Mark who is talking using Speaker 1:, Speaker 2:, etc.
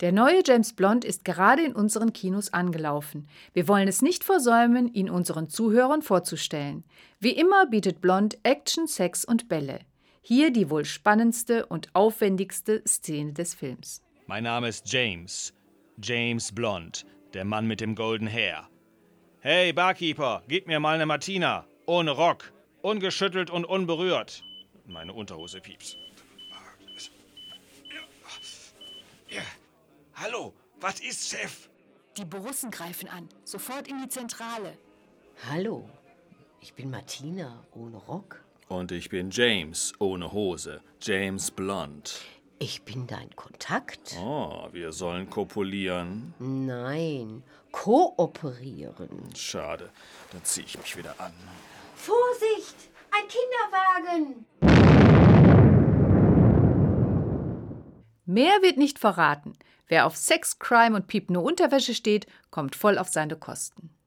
Speaker 1: Der neue James Blond ist gerade in unseren Kinos angelaufen. Wir wollen es nicht versäumen, ihn unseren Zuhörern vorzustellen. Wie immer bietet Blond Action, Sex und Bälle. Hier die wohl spannendste und aufwendigste Szene des Films.
Speaker 2: Mein Name ist James. James Blond, der Mann mit dem Golden Hair. Hey, Barkeeper, gib mir mal eine Martina. Ohne Rock. Ungeschüttelt und unberührt. Meine Unterhose pieps. Ja. Hallo, was ist, Chef?
Speaker 3: Die Borussen greifen an. Sofort in die Zentrale.
Speaker 4: Hallo, ich bin Martina ohne Rock.
Speaker 2: Und ich bin James, ohne Hose. James Blunt.
Speaker 4: Ich bin dein Kontakt.
Speaker 2: Oh, wir sollen kopulieren.
Speaker 4: Nein, kooperieren.
Speaker 2: Schade, dann ziehe ich mich wieder an.
Speaker 5: Vorsicht! Ein Kinderwagen!
Speaker 1: Mehr wird nicht verraten. Wer auf Sex, Crime und piepende Unterwäsche steht, kommt voll auf seine Kosten.